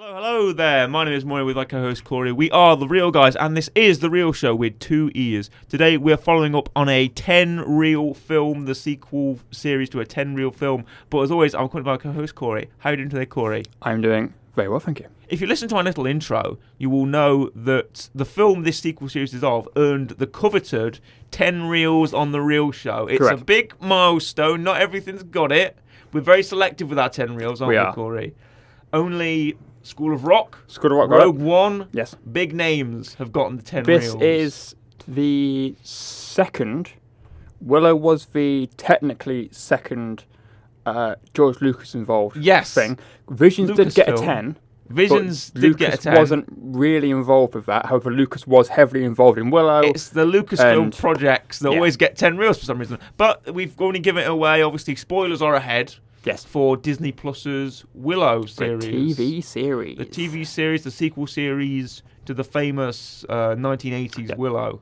Hello there. My name is Moira with my co-host Claudia. We are the Real Guys, and this is the Real Show with two ears. Today we are following up on a ten-reel film, the sequel series to a ten-reel film. But as always, I'm joined by my co-host Corey. How are you doing today, Corey? I'm doing very well, thank you. If you listen to our little intro, you will know that the film this sequel series is of earned the coveted 10 reels on the Reel Show. It's a Correct. big milestone. Not everything's got it. We're very selective with our 10 reels, aren't we, We are. Corey? Only School of Rock, School of Rock got it? Rogue One, Yes. big names have gotten the 10 This reels. is the second. Willow was the technically second uh, George Lucas involved Yes. thing. Visions did get a Lucasfilm, 10. but Visions did Lucas get a 10. wasn't really involved with that. However, Lucas was heavily involved in Willow. It's the Lucasfilm And- projects that Yeah. always get 10 reels for some reason. But we've only given it away. Obviously, spoilers are ahead. yes. for Disney Plus's Willow The series. TV series. The TV series, the sequel series to the famous uh, 1980s Yeah. Willow.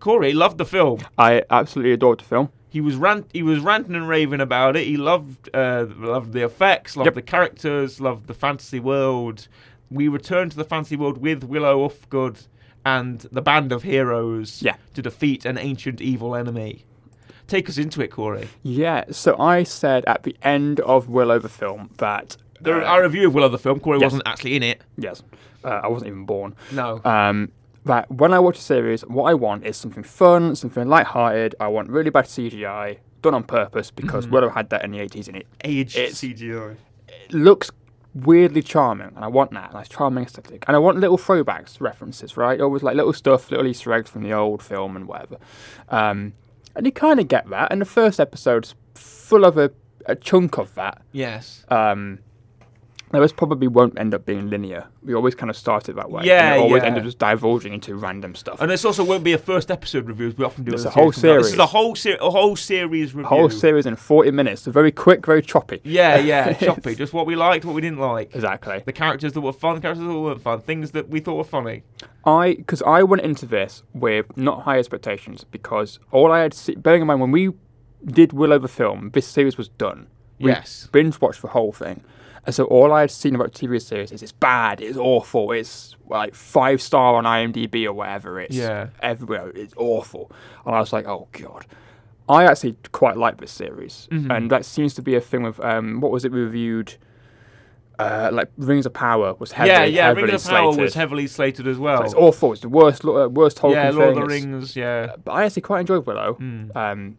Corey loved the film. I absolutely adored the film. He was rant- he was ranting and raving about it. He loved uh, loved the effects, loved Yep. the characters, loved the fantasy world. We returned to the fantasy world with Willow Ufgood and the band of heroes Yeah. to defeat an ancient evil enemy. Take us into it, Corey. Yeah, so I said at the end of Willow the film that. There, uh, our review of Willow the film, Corey yes. wasn't actually in it. yes. Uh, I wasn't even born. No. um, that when I watch a series, what I want is something fun, something light-hearted. I want really bad CGI done on purpose because Mm-hmm. Willow had that in the 80s, and it, Aged it's- CGI. it looks weirdly charming, and I want that. That's charming aesthetic, and I want little throwbacks, references, right? Always like little stuff, little Easter eggs from the old film and whatever. Um, and you kind of get that, and the first episode's full of a, a chunk of that. Yes. Um, now, this probably won't end up being linear. We always kind of start it that way. Yeah, and it always yeah. end up just divulging into random stuff. And this also won't be a first episode review, as we often do. It's in a whole series comes out. This is series. a whole ser- a whole series review. whole series in 40 minutes. So very quick, very choppy. yeah, yeah, choppy. Just what we liked, what we didn't like. Exactly. The characters that were fun, characters that weren't fun, things that we thought were funny. I because I went into this with not high expectations because all I had see, bearing in mind when we did Willow the film, this series was done. We Yes. binge watched the whole thing, and so all I had seen about TV series is it's bad, it's awful, it's like five star on IMDb or whatever. It's Yeah. everywhere. It's awful, and I was like, oh god. I actually quite like this series, Mm-hmm. and that seems to be a thing with um, what was it reviewed? Uh, like Rings of Power was heavily, yeah, yeah. heavily Rings of Power slated. was heavily slated as well. It's awful. It's the worst, lo- uh, worst Tolkien yeah, thing. Lord of the It's- Rings. Yeah, Hmm. But I actually quite enjoyed Willow, um,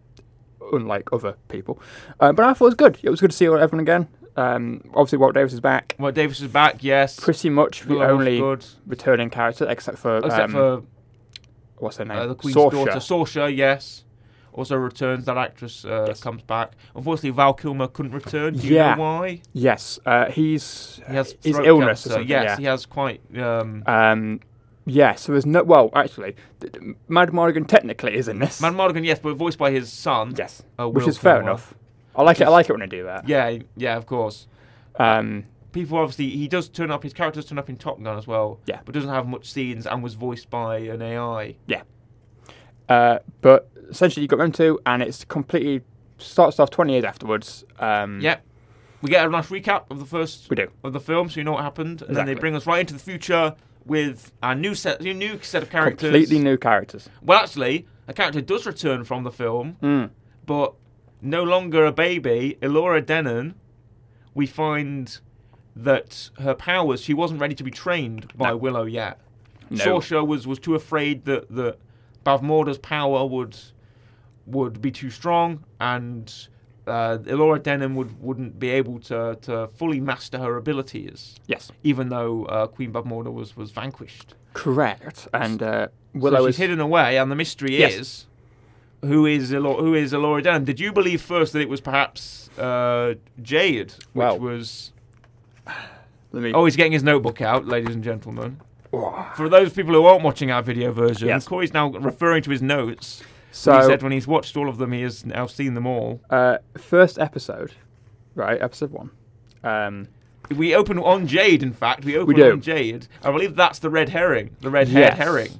unlike other people. Uh, but I thought it was good. It was good to see everyone again. Um, obviously, Walt Davis is back. well, Davis is back. Yes, Pretty much the Willow only Good, returning character, except for except um, for what's her name? uh, the Queen's Saoirse. daughter, Saoirse. Yes, also returns. That actress uh, Yes. comes back. Unfortunately, Val Kilmer couldn't return. Do you Yeah. know why? Yes, uh, he's He has his throat illness cancer. or something. Yes, yeah. he has quite. Um, Um, yeah. So there's no. Well, actually, th- th- Mad Morgan technically is in this. Man Morgan, yes, but voiced by his son. yes, uh, which Will is fair Kilmer. enough. I like it. I like it when I do that. Yeah, yeah, of course. Um, People obviously he does turn up. His characters turn up in Top Gun as well. Yeah. but doesn't have much scenes and was voiced by an AI. Uh, but essentially, you got them two, and it's completely starts off 20 years afterwards. Um, Yep. We get a nice recap of the first we do. of the film, so you know what happened, and then they Exactly. bring us right into the future with our new set, new set of characters. Completely new characters. Well, actually, a character does return from the film, but no longer a baby. Elora Denon, we find that her powers, she wasn't ready to be trained by No. Willow yet. No. Saoirse was, was too afraid that, that Bavmorda's power would would be too strong and uh, Elora Denham would, wouldn't be able to, to fully master her abilities, Yes, even though uh, Queen Bavmorda was, was vanquished. correct. And uh, Well, Willow so she's is hidden away, and the mystery Yes. is who is Elora, who is Elora Denham? Did you believe first that it was perhaps uh, Jade, which Well- was? Let me. Oh, he's getting his notebook out, ladies and gentlemen. Oh. For those people who aren't watching our video version, Yes. Corey's now referring to his notes. he So said when he's watched all of them, he has now seen them all. uh, first episode, right? Episode one. Um, We open on Jade. In fact, we open do. on Jade. I believe that's the red herring. The red haired yes. herring.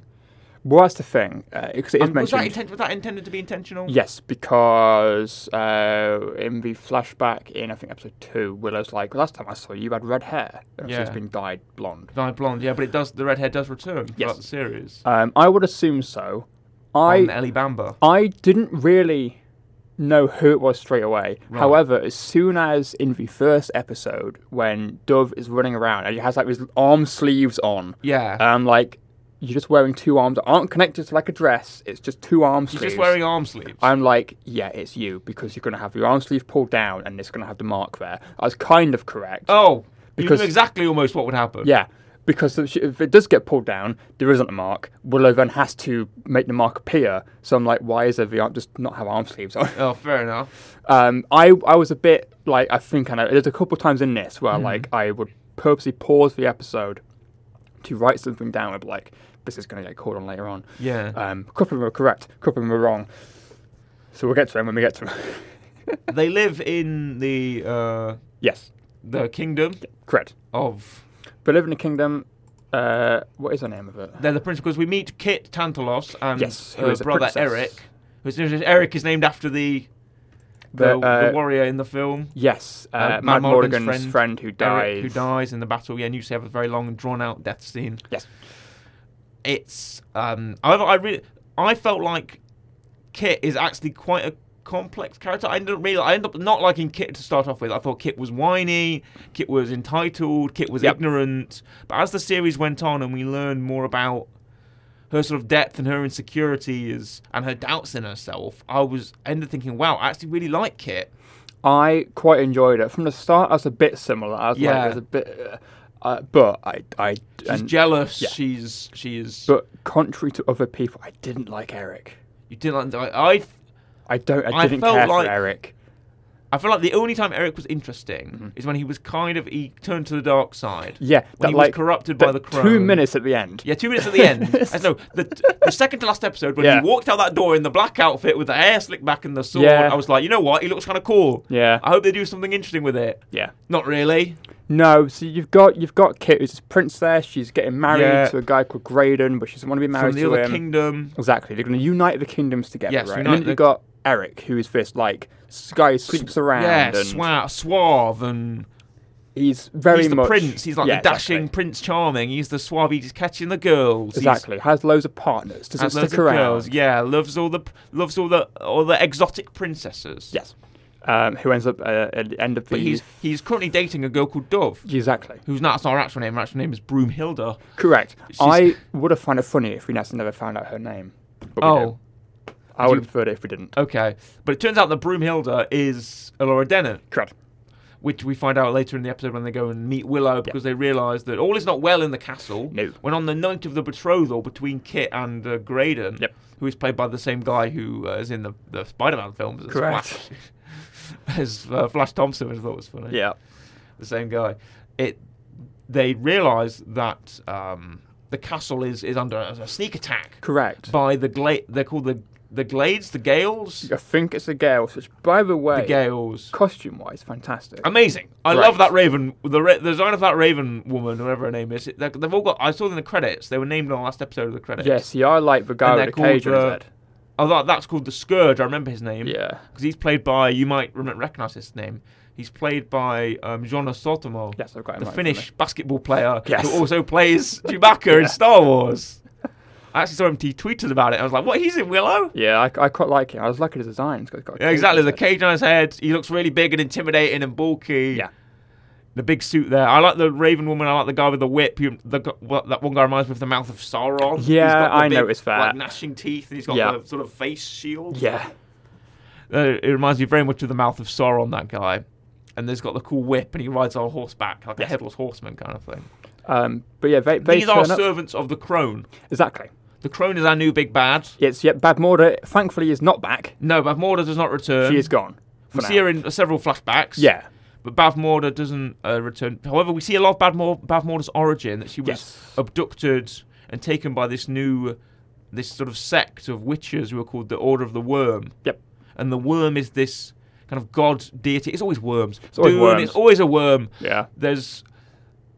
Well, that's the thing because it is Um, was, that mentioned. inten- was that intended to be intentional? Yes, because uh, in the flashback in I think episode two, Willow's like, "Last time I saw you, you had red hair. And Yeah. It's been dyed blonde." Dye blonde, yeah, but it does. The red hair does return throughout Yes. the series. Um, I would assume so. I on Ellie Bamba. I didn't really know who it was straight away. Right. However, as soon as in the first episode when Dove is running around and he has like his arm sleeves on, Yeah, and I'm like, "You're just wearing two arms that aren't connected to like a dress. It's just two arm he's sleeves." just wearing arm sleeves. I'm like, yeah, it's you because you're going to have your arm sleeve pulled down and it's going to have the mark there. I was kind of correct. oh, you Because- knew exactly almost what would happen. Yeah, because if she- if it does get pulled down, there isn't a mark. Willow then has to make the mark appear. So I'm like, why is there the arm just not have arm sleeves on? Oh, fair enough. Um, I I was a bit like I think I know. There's a couple times in this Hmm. where like I would purposely pause the episode to write something down. I'd be like, this is going to get called on later on. Yeah. Um, a couple of them were correct, a couple of them were wrong. So we'll get to them when we get to them. they live in the uh, yes, the kingdom correct. of. But live in the kingdom. Uh, what is the name of it? They're the principals. We meet Kit Tantalos and Yes, who her is a brother princess. Eric. Who's, Eric is named after the the, The, uh, the warrior in the film. Yes, uh, Uh, Mad Matt Morgan's Morgan's, friend, friend, who Eric, died. who dies in the battle. Yeah, and you used to have a very long and drawn out death scene. Yes. It's um I I really I felt like Kit is actually quite a complex character. I didn't really I ended up not liking Kit to start off with. I thought Kit was whiny, Kit was entitled, Kit was Yep. ignorant. But as the series went on and we learned more about her sort of depth and her insecurities and her doubts in herself, I was ended up thinking, wow, I actually really like Kit. I quite enjoyed it from the start. I was a bit similar. I was like, Yeah. I was a bit, uh, uh, but I, I, She's and- jealous. yeah. She's she's. but contrary to other people, I didn't like Eric. you didn't like. I I I don't. I, I didn't felt care like- for Eric. I feel like the only time Eric was interesting is when he was kind of he turned to the dark side. Mm-hmm. Yeah, when that he like was corrupted by the that crown. two minutes at the end. Yeah, two minutes at the end. I know the, the second to last episode when Yeah. he walked out that door in the black outfit with the hair slicked back and the sword. Yeah. I was like, you know what? He looks kind of cool. Yeah. I hope they do something interesting with it. yeah. Not really. No, so you've got you've got Kit, who's this princess. She's getting married Yeah. to a guy called Graydon, but she doesn't want to be From married the to um, other him. kingdom. Exactly. They're going to unite the kingdoms together, Yes, right? And unite then the- you've got Eric, who is this like s- guy who sleeps around. Yeah, and swa- suave and He's very he's the much prince. He's like Yeah, the dashing Exactly. prince charming. He's the suave. He's catching the girls. He's- Exactly. Has loads of partners. Doesn't Has loads stick of around. girls, yeah, loves all the loves all the all the exotic princesses. Yes. Um, who ends up uh, at the end of but the he's he's currently dating a girl called Dove, exactly who's not that's not her actual name. Her actual name is Broomhilda. correct. She's- I would have found it funny if we never found out her name. But we do. Oh, I would have preferred it if we didn't. okay. But it turns out that Broomhilda is Elora Dennett, Correct. which we find out later in the episode when they go and meet Willow because they realise that all is not well in the castle. No. When on the night of the betrothal between Kit and uh, Graydon, Yep. who is played by the same guy who uh, is in the, the Spider-Man films as Correct. Flash, as uh, Flash Thompson, which I thought was funny. Yeah. the same guy. It they realise that um, the castle is, is under a, a sneak attack Correct. by the gla- They're called the the Glades, the Gales, I think it's the Gales, which, by the way, the Gales. costume wise, fantastic. Amazing! I Right. love that Raven. The, ra- the design of that Raven woman, whatever her name is, it- they- they've all got. I saw them in the credits. They were named on the last episode of the credits. yes, yeah, I like the guy And with they're the cage on his called, uh, head. Oh, that, that's called the Scourge. I remember his name. Yeah. Because he's played by. You might rem- recognise his name. He's played by um, Jonas Sotomo. Yes, I've got him the right in front of me. Finnish basketball player Yes. who also plays Chewbacca in Star Wars. I actually saw him. He tweeted about it. I was like, "What? He's in Willow." Yeah, I, I quite like it. I was lucky his design. It's got, got a Yeah, cage exactly. on The his head. cage on his head. He looks really big and intimidating and bulky. Yeah. The big suit there. I like the Raven woman. I like the guy with the whip. You- the gu- well, that one guy reminds me of the mouth of Sauron. He's Yeah, got the I big, noticed that. Like gnashing teeth, and he's got Yeah. the sort of face shield. Yeah. Uh, it reminds me very much of the mouth of Sauron. That guy, and there's got the cool whip, and he rides on horseback like a headless horseman kind of thing. Um, but yeah, they, they These are turn up. servants of the crone. Exactly. The crone is our new big bad. It's yet Bad Morda. uh, Thankfully, is not back. No, Bav Morda does not return. She is gone. For we now. see her in several flashbacks. Yeah. But Bav Morda doesn't uh, return. However, we see a lot of Bav, Mor- Bav Morda's origin that she was Yes. abducted and taken by this new, this sort of sect of witches who are called the Order of the Worm. Yep. And the worm is this kind of god deity. It's always worms. It's always worms. It's always a worm. Yeah. There's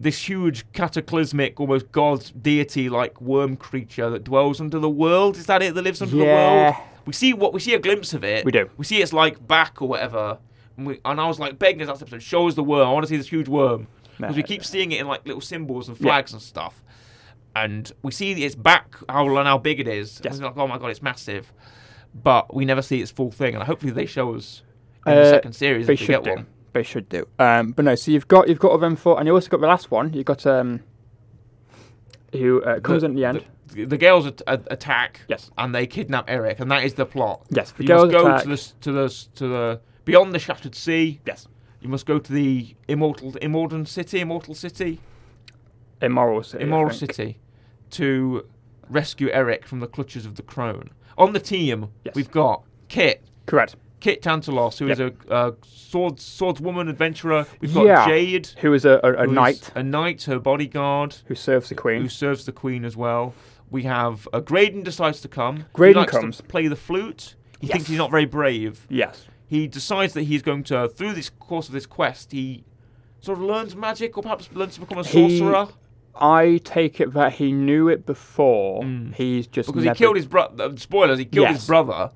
this huge cataclysmic, almost god deity like worm creature that dwells under the world. Is that it? That lives under the world. Yeah. We see what we see a glimpse of it. We do. We see its like back or whatever. And, we, and I was like begging us that episode, show us the worm. I want to see this huge worm because we No. keep seeing it in like little symbols and Yeah. flags and stuff. And we see its back, how and how big it is. Yes. And we're like, oh my god, it's massive. But we never see its full thing, and hopefully they show us in the Uh, second series They if we should get do. one. They should do. Um, but no, so you've got you've got of them four, and you also got the last one. You have got um, who uh, comes in at the end. The, the girls at- at- attack. yes, and they kidnap Eric, and that is the plot. yes. The you must girls go attack. to the s- to the s- to the beyond the shattered sea. yes, You must go to the immortal immortal city, immortal city, immoral city. I immoral think. city, to rescue Eric from the clutches of the crone. On the team, Yes. we've got Kit. Correct. Kit Tantalos, who is a uh, sword swordswoman adventurer. We've got Yeah. Jade, Who is a, a, a who is knight a knight, her bodyguard, who serves the queen? who serves the queen as well. We have uh, Graydon decides to come. he Graydon likes comes. to play the flute. He Yes. thinks he's not very brave. yes. he decides that he's going to through this course of this quest he sort of learns magic or perhaps learns to become a He- sorcerer I take it that he knew it before. He's just Mm. because never, he killed his brother spoilers he killed his Yes. brother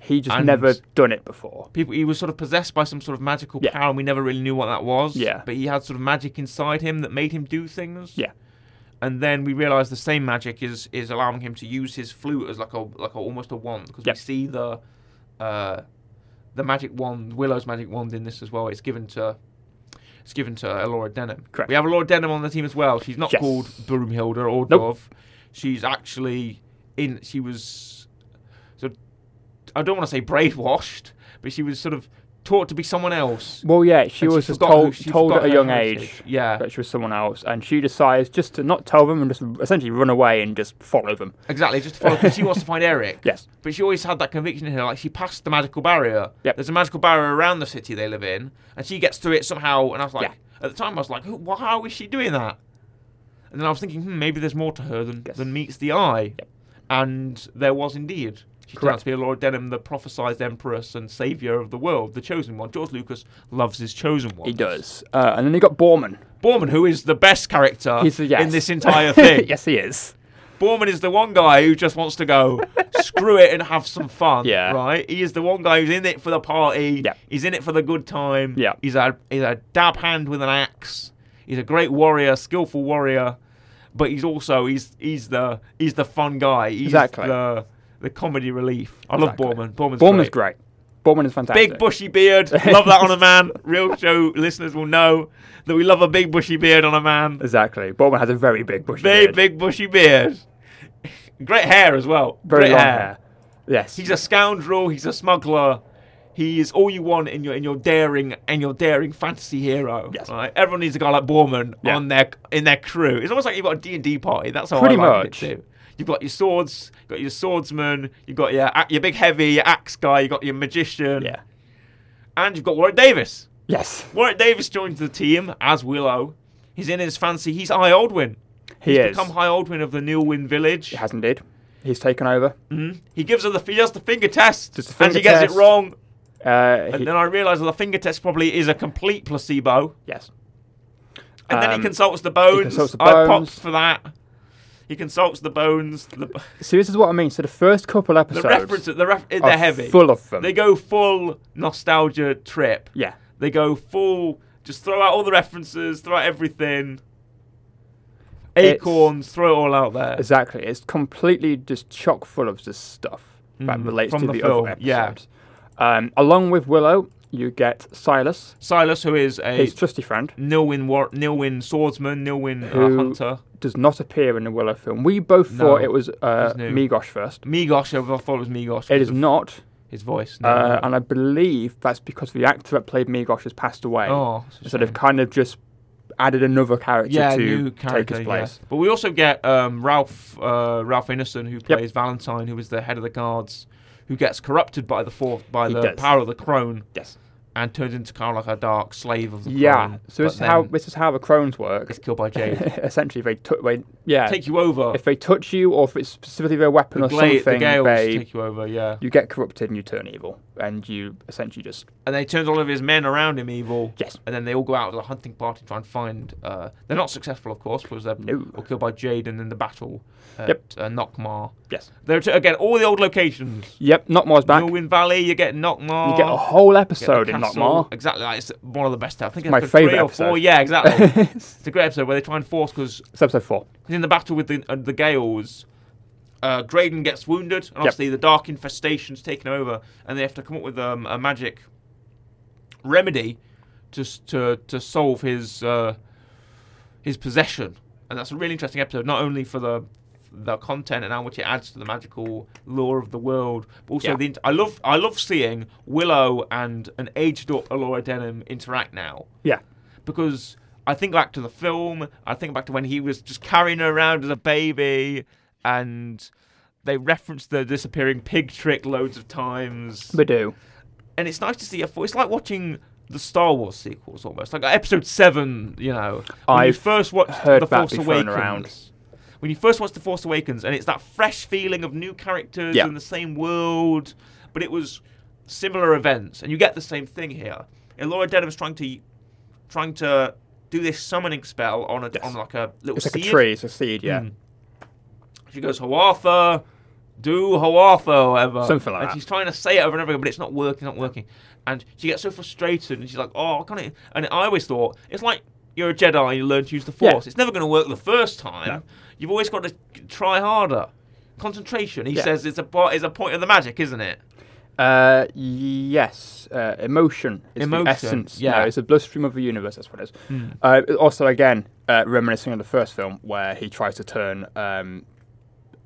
he just and- never done it before. people he was sort of possessed by some sort of magical Yeah. power and we never really knew what that was Yeah. but he had sort of magic inside him that made him do things Yeah. and then we realize the same magic is is allowing him to use his flute as like a like a, almost a wand because Yep. we see the uh the magic wand willow's magic wand in this as well it's given to it's given to Elora Denham. Correct. We have Elora Denham on the team as well. She's not Yes. called Broomhilda or Nope. Dove. She's actually in. She was. So I don't want to say brainwashed, but she was sort of taught to be someone else. Well, yeah, she And was just forgot who- told she told forgot at a her young heritage. age Yeah, that she was someone else, and she decides just to not tell them and just essentially run away and just follow them. exactly. Just to follow, 'cause she wants to find Eric. Yes. But she always had that conviction in her, like she passed the magical barrier. Yep. There's a magical barrier around the city they live in, and she gets through it somehow. And I was like, Yeah. at the time, I was like, Who, why, how is she doing that? And then I was thinking, hmm, maybe there's more to her than, Yes. than meets the eye. Yep. And there was indeed. She turned out Correct. to be Laura Denham, the prophesied empress and savior of the world, the chosen one. George Lucas loves his chosen one. He does. Uh, and then you got Borman. Borman, who is the best character He's the yes. in this entire thing. yes, he is. Borman is the one guy who just wants to go screw it and have some fun. Yeah. Right? He is the one guy who's in it for the party. Yeah. He's in it for the good time. Yeah. He's a he's a dab hand with an axe. He's a great warrior, skillful warrior. But he's also he's he's the he's the fun guy. He's Exactly. the the comedy relief. I Exactly. love Borman. Borman's, Borman's great. great. Borman is fantastic. Big bushy beard. love that on a man. Real show listeners will know that we love a big bushy beard on a man. Exactly. Borman has a very big bush. Very big bushy beard. Great hair as well. Very Great long hair. Yes. He's a scoundrel. He's a smuggler. He is all you want in your in your daring and your daring fantasy hero. Yes. Right? Everyone needs a guy like Borman Yeah. on their in their crew. It's almost like you've got a D and D party. That's how Pretty I like much. it too. You've got your swords, you've got your swordsman, you've got your a- your big heavy, your axe guy, you've got your magician, yeah. and you've got Warwick Davis. Yes. Warwick Davis joins the team as Willow. He's in his fancy. He's High Oldwin. He he's is. become High Oldwin of the Neilwyn village. He has indeed. He's taken over. Mhm. He gives her the he does the finger test, Does the and finger she gets test. it wrong. Uh, And he- then I realise that the finger test probably is a complete placebo. yes. And then he Um, consults the bones. consults the I popped bones. for that. He consults the bones. The, the See, this is what I mean. So the first couple episodes reference, the ref, they're are heavy. full of them. They go full nostalgia trip. yeah. They go full, just throw out all the references, throw out everything. It's- Acorns, throw it all out there. Exactly. It's completely just chock full of this stuff that Mhm. relates From to the the, film, other yeah. episodes. Um, along with Willow, you get Silas, Silas, who is a his trusty friend, Nilwyn, war- Nilwyn swordsman, Nilwyn uh, Who- hunter. does not appear in the Willow film. We both No, thought it was uh, it's new. Migosh first. Migosh, I thought it was Migosh. It is not, His voice. No. uh, and I believe that's because the actor that played Migosh has passed away. oh, it's a So they've shame. kind of just added another character yeah, to new take character, his yeah. place. But we also get um, Ralph uh, Ralph Innocent, who plays Valentine, who is the head of the guards, who gets corrupted by the fourth by He the does. power of the crone Yes. and turns into kind of like a dark slave of the Yeah. crone. So this but is how then this is how the crones work. gets killed by Jade. Essentially, they took. They, yeah. take you over. if they touch you, or if it's specifically their weapon the, or Gla- the something, Gales they take you over. Yeah. you get corrupted and you turn evil. and you essentially just And then he turns all of his men around him evil. yes, And then they all go out as a hunting party to try and find. Uh, they're not successful, of course, because they're No. all killed by Jade and in the battle at Yep. uh, Nokmar. yes, They're t- again all the old locations. yep. Knockmar's back. Norwin Valley, you get Nokmar. you get a whole episode the in castle. Knockmar. Exactly, like, it's one of the best. I think it's my been three favourite or episode. four. Yeah, exactly. it's a great episode where they try and force because It's episode four. in the battle with the uh, the Gales, uh, Graydon gets wounded, and obviously the dark infestation's taken over, and they have to come up with um, a magic remedy to s- to to solve his uh, his possession, and that's a really interesting episode, not only for the the content and how much it adds to the magical lore of the world, but also Yeah. the int- I love I love seeing Willow and an aged up Alora Denham interact now Yeah, because I think back to the film, I think back to when he was just carrying her around as a baby, and they reference the disappearing pig trick loads of times. we do. and it's nice to see a full. It's like watching the Star Wars sequels almost, like Episode Seven. You know, when you I've first watched heard the that Force be Awakens. thrown around. When you first watch The Force Awakens, and it's that fresh feeling of new characters Yeah. in the same world, but it was similar events, and you get the same thing here. And Laura Denham's trying to trying to do this summoning spell on a Yes. on like a little It's like a seed. tree. It's a seed. Yeah. Mm. She goes, Hawatha, do Hawatha, or whatever. Something like and that. she's trying to say it over and over again, but it's not working, not working. And she gets so frustrated, and she's like, oh, I can't. e-" And I always thought, it's like you're a Jedi, you learn to use the Yeah. Force. It's never going to work the first time. No. You've always got to try harder. Concentration. He Yeah. says it's a part, it's a point of the magic, isn't it? Uh, yes. Uh, emotion is Emotion, the essence. yeah. No, it's the bloodstream of the universe. That's what it is. Uh, also, again, uh, reminiscing of the first film where he tries to turn um,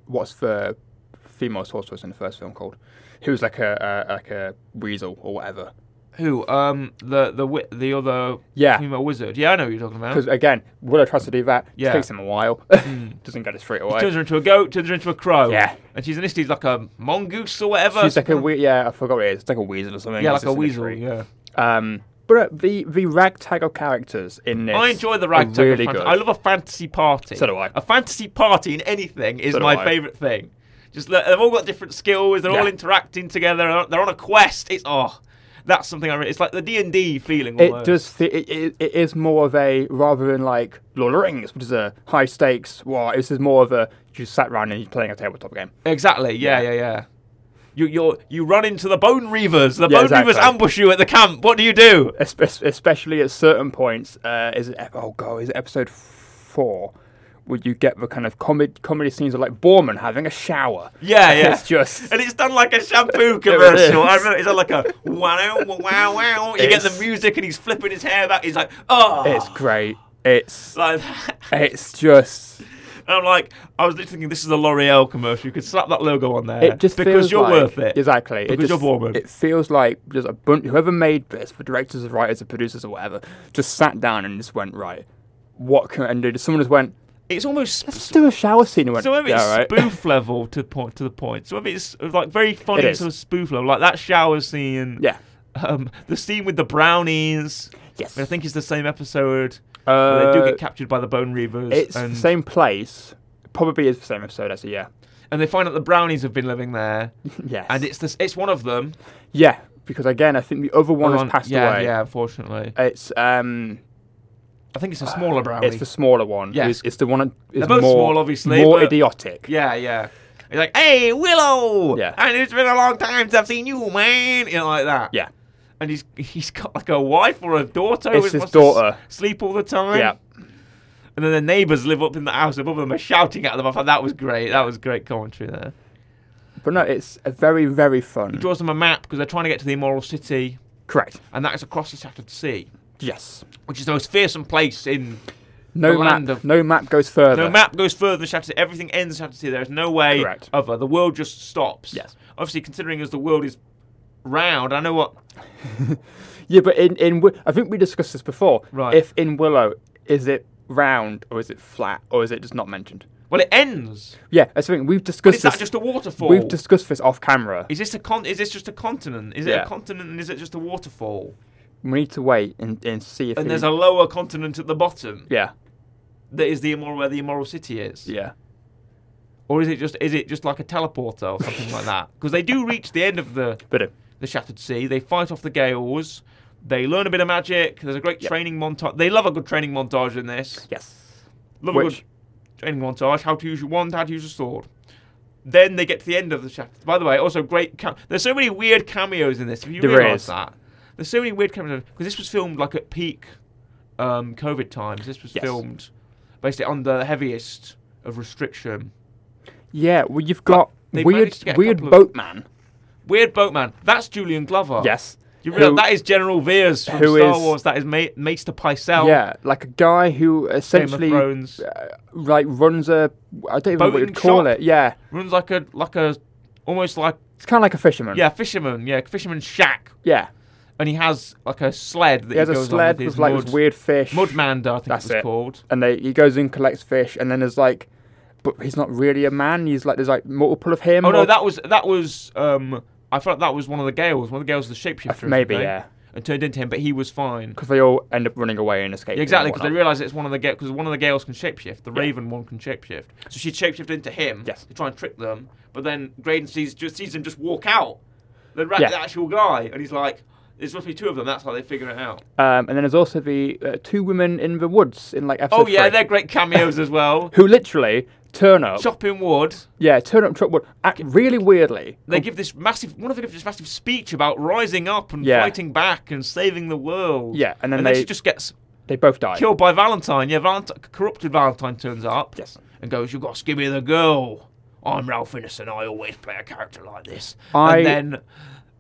what's the female sorceress in the first film called? Who's like a uh, like a weasel or whatever. Who? Um, the the wi- the other Yeah. female wizard. Yeah, I know what you're talking about. Because again, Willow tries to do that. Yeah. Hmm. Takes him a while. Doesn't get it straight away. Turns her into a goat, turns her into a crow. Yeah. And she's initially like a mongoose or whatever. She's like a we- yeah, I forgot what it is. It's like a weasel or something. yeah, It's like a just in weasel. tree. Yeah. Um, but uh, the the ragtag of characters in this, I enjoy the are ragtag. of Really fant- good. I love a fantasy party. So do I. A fantasy party in anything is So do my I. favourite thing. Just look, they've all got different skills. They're all Yeah. interacting together. they're on- They're on a quest. It's oh, that's something I. Really, it's like the D and D feeling. It almost. does. Th- it, it, it is more of a rather than like Lord of the Rings, which is a high stakes. Well, this is more of a you sat around and you're playing a tabletop game. Exactly. Yeah, yeah, Yeah. yeah. You you you run into the bone reavers. The Yeah, bone exactly. reavers ambush you at the camp. What do you do? Espe- Especially at certain points, uh, is it? ep- Oh god, is it episode four? Would you get the kind of comedy comedy scenes of like Borman having a shower? Yeah, yeah. It's just And it's done like a shampoo commercial. is. I remember it's done like a wow, wow, wow, wow. You get It's- the music and he's flipping his hair back. He's like, oh, it's great. It's like that. it's just And I'm like, I was literally thinking, this is a L'Oreal commercial. You could slap that logo on there. It just because feels you're like- worth it. Exactly. Because it just, you're Borman. It feels like just a bunch. Whoever made this, the directors, the writers, the producers, or whatever, just sat down and just went right. What can and do? Someone just went. It's almost Let's do a shower scene. And went. some of it's yeah, right. spoof level to point to the point. Some of it's uh, like very funny It is. sort of spoof level, like that shower scene. yeah. Um, the scene with the brownies. Yes. I think it's the same episode. where Uh, they do get captured by the Bone Reavers. it's and, the same place. Probably is the same episode as yeah. and they find out the brownies have been living there. yes. And it's this, it's one of them. yeah because again I think the other one One has passed yeah, away. Yeah, unfortunately. It's um. I think it's a smaller brownie. Uh, It's the smaller one. Yes. It's, it's the one. that is They're both more, small, obviously, More but- idiotic. Yeah, yeah. He's like, hey, Willow! Yeah. And it's been a long time since I've seen you, man! You know, like that. Yeah. And he's he's got like a wife or a daughter. It's who his wants to s- daughter. Sleep all the time. Yeah. And then the neighbours live up in the house above them are shouting at them. I thought that was great. That was great commentary there. But no, it's a very very fun. He draws them a map because they're trying to get to the Immoral City, Correct. and that is across the Shattered Sea, Yes. which is the most fearsome place in. No The land map. of- No map goes further. No map goes further than Shattered Sea. Everything ends in Shattered Sea. There is no way Correct. other. The world just stops. Yes. Obviously, considering as the world is round, I know what Yeah, but in in Wi- I think we discussed this before. Right. If in Willow, is it round or is it flat or is it just not mentioned? Well, it ends. Yeah, that's the thing. We've But discussed. is that this- just a waterfall? We've discussed this off camera. is this a con? Is this just a continent? Is it Yeah. a continent? and Is it just a waterfall? We need to wait and, and see if. And we- there's a lower continent at the bottom Yeah. that is the immoral where the immoral city is. Yeah. Or is it just is it just like a teleporter or something like that? Because they do reach the end of the But it, the Shattered Sea. They fight off the Gales. They learn a bit of magic. There's a great Yep. training montage. They love a good training montage in this. Yes. Love a Which- good training montage. How to use your wand. How to use your sword. Then they get to the end of the Shattered. By the way, also great. Cam- There's so many weird cameos in this. If you There realise is. that, there's so many weird cameos because this was filmed like at peak um, COVID times. This was Yes. filmed basically under the heaviest of restriction. Yeah. Well, you've got they weird, managed to get a weird couple of- boatman. Weird boatman. That's Julian Glover. Yes. You who- realize that is General Veers from who Star is- Wars. That is Ma- Maester Pycelle. Yeah, like a guy Oh. who Game of essentially Thrones. uh, like runs a I don't even know what Boat you'd and call shop. it. Yeah, Runs like a like a almost like it's kind of like a fisherman. yeah fisherman. Yeah, fisherman shack. yeah. And he has like a sled that he, He has a goes sled on with, with his like mud, this weird fish, mudmander. I think That's it was it. called. and they, he goes in collects fish, and then there's like, but he's not really a man. He's like there's like multiple of him. Oh no, or- that was that was. um I felt that was one of the Gales. One of the Gales, was the shapeshifter. maybe okay? yeah, And turned into him, but he was fine. because they all end up running away and escaping. Yeah, and exactly, because they whatnot. realise it's one of the because one of the Gales can shapeshift. The Yeah. Raven one can shapeshift. So she shapeshifted into him Yes. to try and trick them. But then Graydon sees just sees him just walk out. The, ra- Yeah. the actual guy, and he's like, "There's must be two of them." That's how they figure it out. um, and then there's also the uh, two women in the woods in like episode oh yeah, three, they're great cameos as well. who literally turn up. Chopping wood. Yeah, turn up. Chop wood. Act really weirdly. They give this massive one of them gives this massive speech about rising up and Yeah. fighting back and saving the world. Yeah, and then and then they- she just gets They both die. killed by Valentine. Yeah, Valentine, corrupted Valentine turns up. Yes. and goes, "You've got to give me the girl." I'm Ralph Innocent. I always play a character like this. I- And then,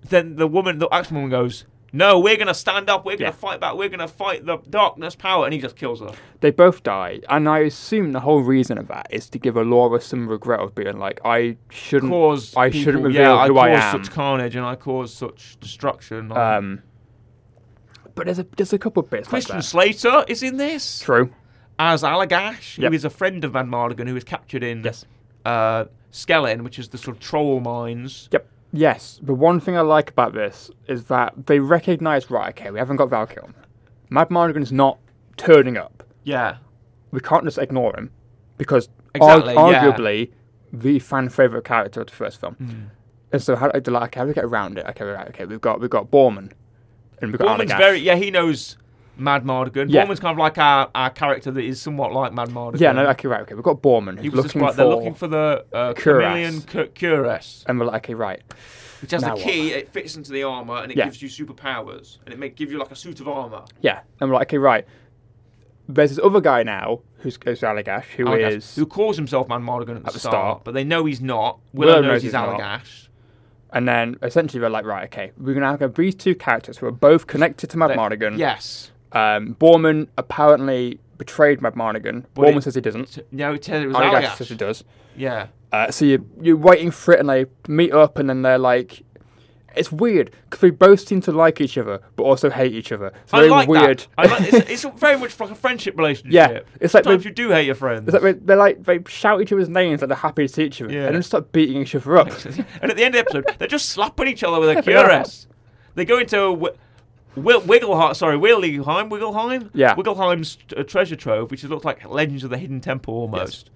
then the woman, the axe woman, goes, "No, we're gonna stand up. We're gonna Yeah. fight back. We're gonna fight the darkness power." And he just kills her. they both die, and I assume the whole reason of that is to give Laura some regret of being like, I shouldn't, Cause I people- shouldn't reveal yeah, I who I caused am. such carnage and I caused such destruction. Like, Um, but there's a there's a couple bits Christian like that. Slater is in this True. as Allagash, Yep. who is a friend of Van Mardigan, who is captured in Yes. uh, Skellen, which is the sort of troll mines. Yep. Yes. The one thing I like about this is that they recognise right. Okay, we haven't got Val Kilmer. Mad Mardigan's not turning up. Yeah. We can't just ignore him because Exactly, arg- yeah. arguably the fan favourite character of the first film. Hmm. And so how do like, okay, how do we get around it? Okay, right, okay, we've got we've got Borman, and we've got Borman's Allagash. very yeah, he knows Mad Mardigan. Yeah. Borman's kind of like our, our character that is somewhat like Mad Mardigan. Yeah, no, okay, right, okay. We've got Borman who's he was looking described- for, they're looking for the uh, Cuirass. chameleon cu- cuirass, and we're like, okay, right, which has Now the key. It fits into the armor and it Yeah. gives you superpowers, and it may give you like a suit of armor. yeah, and we're like, okay, right. There's this other guy now who's, who's Allagash, who Allagash, is- who calls himself Mad Mardigan at the, the start, start. but they know he's not. Willow, knows he's not. Allagash. and then essentially they're like, right, okay, we're gonna have these two characters who are both connected to Mad They- Mardigan. Yes. Um, Borman apparently betrayed Mad Mardigan. But Borman it- says he doesn't. T- No, it said it was Mm. Allagash, Allagash. says he does. Yeah. Uh, so you you're waiting for it, and they meet up, and then they're like. It's weird because they both seem to like each other, but also hate each other. It's I very like weird. that. I like, it's, it's very much like a friendship relationship. it's like the- sometimes you do hate your friends. It's like they- they're like they shout each other's names like they're happy to see each other, Yeah. and then start beating each other up. and at the end of the episode, they're just slapping each other with a They are. cuirass. They go into a wi- wi- Wiggleheim, sorry, Wiggleheim, Wiggleheim, Yeah. Wiggleheim's uh, treasure trove, which looks like Legends of the Hidden Temple almost.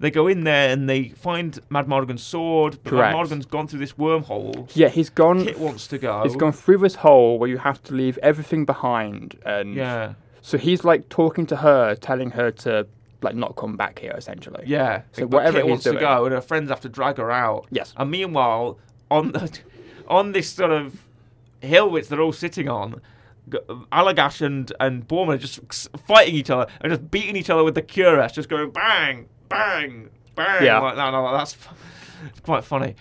They go in there and they find Mad Mardigan's sword. But Mad Correct. Mardigan's gone through this wormhole. yeah, he's gone. Kit wants to go. He's gone through this hole where you have to leave everything behind, and Yeah, so he's like talking to her, telling her to like not come back here, essentially. yeah. So But whatever Kit he's wants to doing- go, and her friends have to drag her out. Yes. And meanwhile, on the on this sort of hill which they're all sitting on, g- Allagash and and Borman are just s- fighting each other and just beating each other with the cuirass, just going bang, bang, bang Yeah. like that. and I'm like, that's fu- it's quite funny.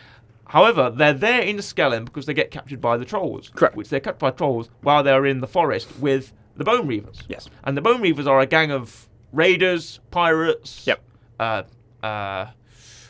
However, they're there in Skellen because they get captured by the trolls, Correct. which they're captured by trolls while they're in the forest with the Bone Reavers. Yes. And the Bone Reavers are a gang of raiders, pirates, Yep. uh, uh,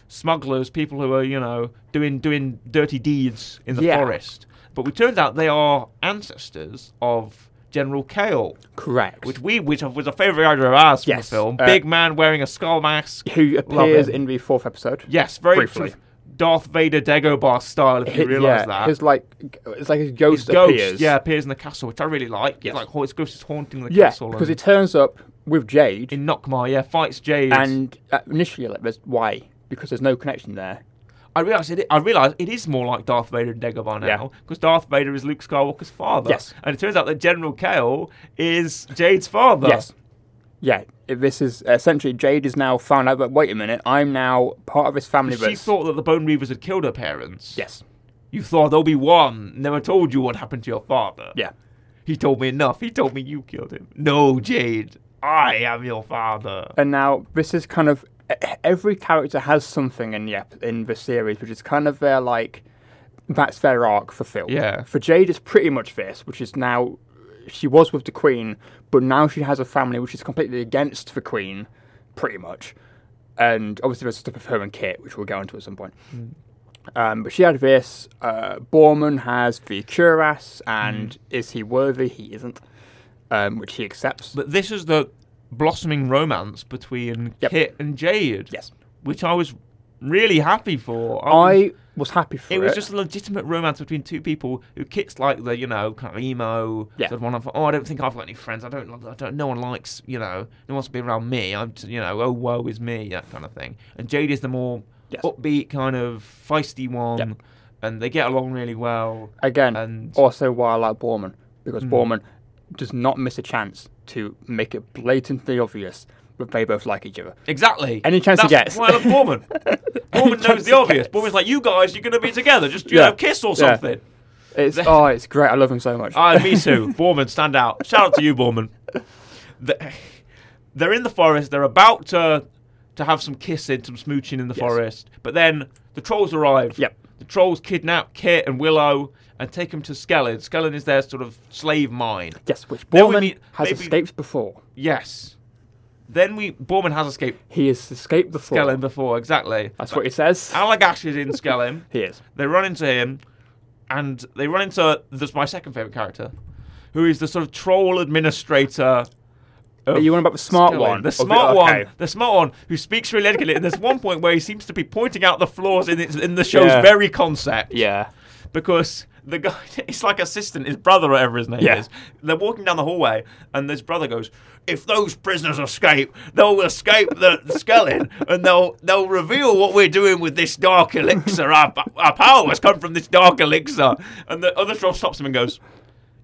smugglers, people who are you know doing doing dirty deeds in the Yeah. forest. But it turns out they are ancestors of General Kale, Correct. which we which was a favourite idea of ours from Yes, the film. uh, Big man wearing a skull mask. Who appears him. in the fourth episode? Yes, very Briefly. sort of Darth Vader Dagobah style. If you Hi- realise yeah, that. His like, g- it's like his ghost Ghost, appears. yeah, appears in the castle, which I really like. Yes. It's like, oh, his ghost is haunting the yeah, castle. because he and turns up with Jade, in Nockmar, yeah, fights Jade. and uh, initially like, there's why because there's no connection there. I realize it. I realize it is more like Darth Vader and Dagobah now because Darth Vader is Luke Skywalker's father. Yes. and it turns out that General Kale is Jade's father. Yes. Yeah, it- this is essentially Jade is now found out that wait a minute, I'm now part of this family. She that's- thought that the Bone Reavers had killed her parents. Yes. You thought Obi Wan never told you what happened to your father. Yeah. He told me enough. He told me you killed him. No, Jade. I am your father. And now this is kind of e- every character has something in the ep- in the series, which is kind of their like that's their arc fulfilled. Yeah. For Jade, it's pretty much this, which is now she was with the Queen, but now she has a family which is completely against the Queen, pretty much. And obviously there's stuff with her and Kit, which we'll get onto at some point. Hmm. Um, but she had this. Uh, Borman has the cuirass, and Hmm. is he worthy? He isn't, um, which he accepts. But this is the blossoming romance between Yep. Kit and Jade. Yes. Which I was really happy for. was- I was happy for it was just a legitimate romance between two people who Kit's like the, you know, kind of emo. Yeah. Sort of one of, oh, I don't think I've got any friends. I don't, I don't, no one likes, you know, no one wants to be around me. I'm, just, you know, oh, woe is me, that kind of thing. And Jade is the more Yes. upbeat, kind of feisty one. Yep. And they get along really well. again. And- Hmm. also, why I like Borman because Borman does not miss a chance to make it blatantly obvious that they both like each other. Exactly. Any chance he That's gets. Why I love Borman. Borman knows chance he the obvious. gets. Borman's like, you guys, you're going to be together. Just, you Yeah. know, kiss or Yeah. something. It's oh, it's great. I love him so much. Ah, me too. Borman, stand out. Shout out to you, Borman. The- They're in the forest. They're about to to have some kissing, some smooching in the forest. But then the trolls arrive. Yep. The trolls kidnap Kit and Willow and take them to Skellin. Skellin is their sort of slave mine. yes, which Then we Borman meet- has maybe- escaped before. Yes. Then we Borman has escaped He has escaped before. Skellin before exactly. That's what he says. Allagash is in Skellin. He is. They run into him, and they run into this my second favorite character, who is the sort of troll administrator. Are you on about the smart one? Oh. The Or smart one. okay. The smart one who speaks really elegantly. And there's one point where he seems to be pointing out the flaws in, its, in the show's Yeah. very concept. Yeah. Because the guy, it's like assistant, his brother, or whatever his name Yeah. is. They're walking down the hallway, and this brother goes, "If those prisoners escape, they'll escape the, the skeleton, and they'll they'll reveal what we're doing with this dark elixir. Our, our power has come from this dark elixir." And the other troll stops him and goes,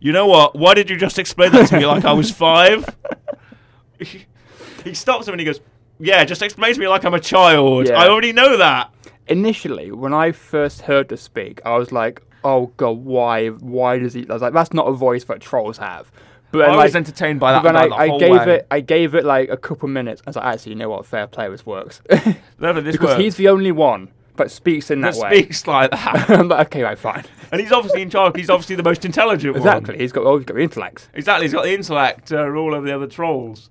"You know what? Why did you just explain that to me like I was five? he stops him and he goes, "Yeah, just explain to me like I'm a child. Yeah. I already know that." Initially, when I first heard her speak, I was like, "Oh God, why? Why does he?" I was like, "That's not a voice that trolls have." But then, I like, was entertained by that. But guy then the I, I whole gave way. it I gave it like a couple minutes. I was like, actually, you know what? Fair play, this works No, but this because works. he's the only one that speaks in that, that way. speaks like that. I'm like, okay, right, fine. and he's obviously in charge. He's obviously the most intelligent one. Exactly. He's got oh, he's got the intellect. Exactly. He's got the intellect uh, all over the other trolls.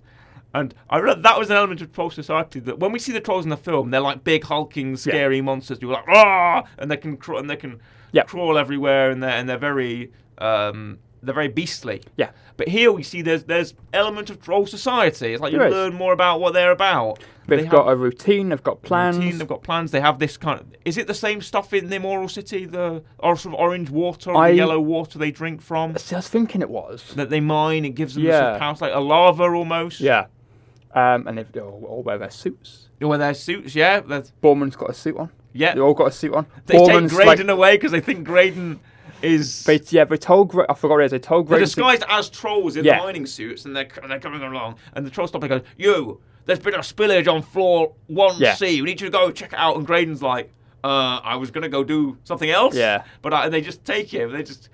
And I re- that was an element of troll society that when we see the trolls in the film, they're like big hulking, scary monsters. You're like, ah, and they can crawl and they can Yeah. crawl everywhere, and they're and they're very um, they're very beastly. Yeah. But here we see there's there's element of troll society. It's like you There is. learn more about what they're about. They've They have got a routine. They've got plans. routine, They've got plans. They have this kind of. Is it the same stuff in the Immoral City? The or sort of orange water, or I- the yellow water they drink from See, I was thinking it was. that they mine. It gives them this sort of Yeah. power, it's like a lava almost. Yeah. Um, and they've all, all wear their suits. Or their suits. Yeah. that's- Borman's got a suit on. yeah. They all got a suit on. They take Borman's like, Graydon away because they think Graydon is. they, yeah, they told. Gra- I forgot what it is. They told They're Graydon. to- disguised as trolls in Yeah. mining suits, and they're c- they're coming along. And the troll stop and goes, "You, there's been a spillage on floor one Yeah. C. We need you to go check it out." And Graydon's like, uh, "I was gonna go do something else, Yeah. but I, and they just take him. They just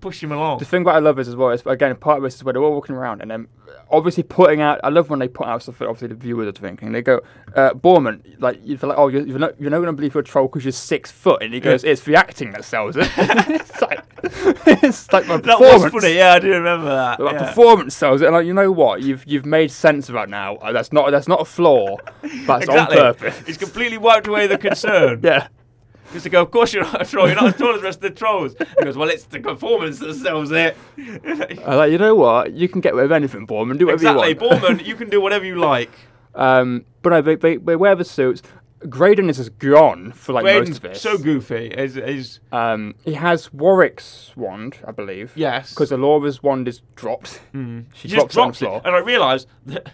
push him along. The thing that I love is as well is again part of this is where they're all walking around and then obviously putting out. I love when they put out stuff that obviously the viewers are thinking. They go, uh, Borman, like you feel like, oh, you're, you're not you're not going to believe you're a troll because you're six foot, and he goes, it's the acting that sells it. it's like it's like my that performance. was funny. Yeah, I do remember that. Like, yeah. Performance sells it. And like you know what, you've you've made sense of that now. Uh, That's not that's not a flaw. That's Exactly. on purpose. He's completely wiped away the concern. Yeah. Because they go, of course you're not a troll. You're not as tall as the rest of the trolls. He goes, well, it's the performance that sells it. I Uh, like you know what, you can get away with anything, Borman. Do whatever exactly. you want. Borman, you can do whatever you like. Um, but no, they, they, they wear the suits. Graydon is just gone for like most Graydon's of this. so goofy. Is is um, he has Warwick's wand, I believe. yes. Because Alora's wand is dropped. She She just drops drops it on the it, floor. and I realised that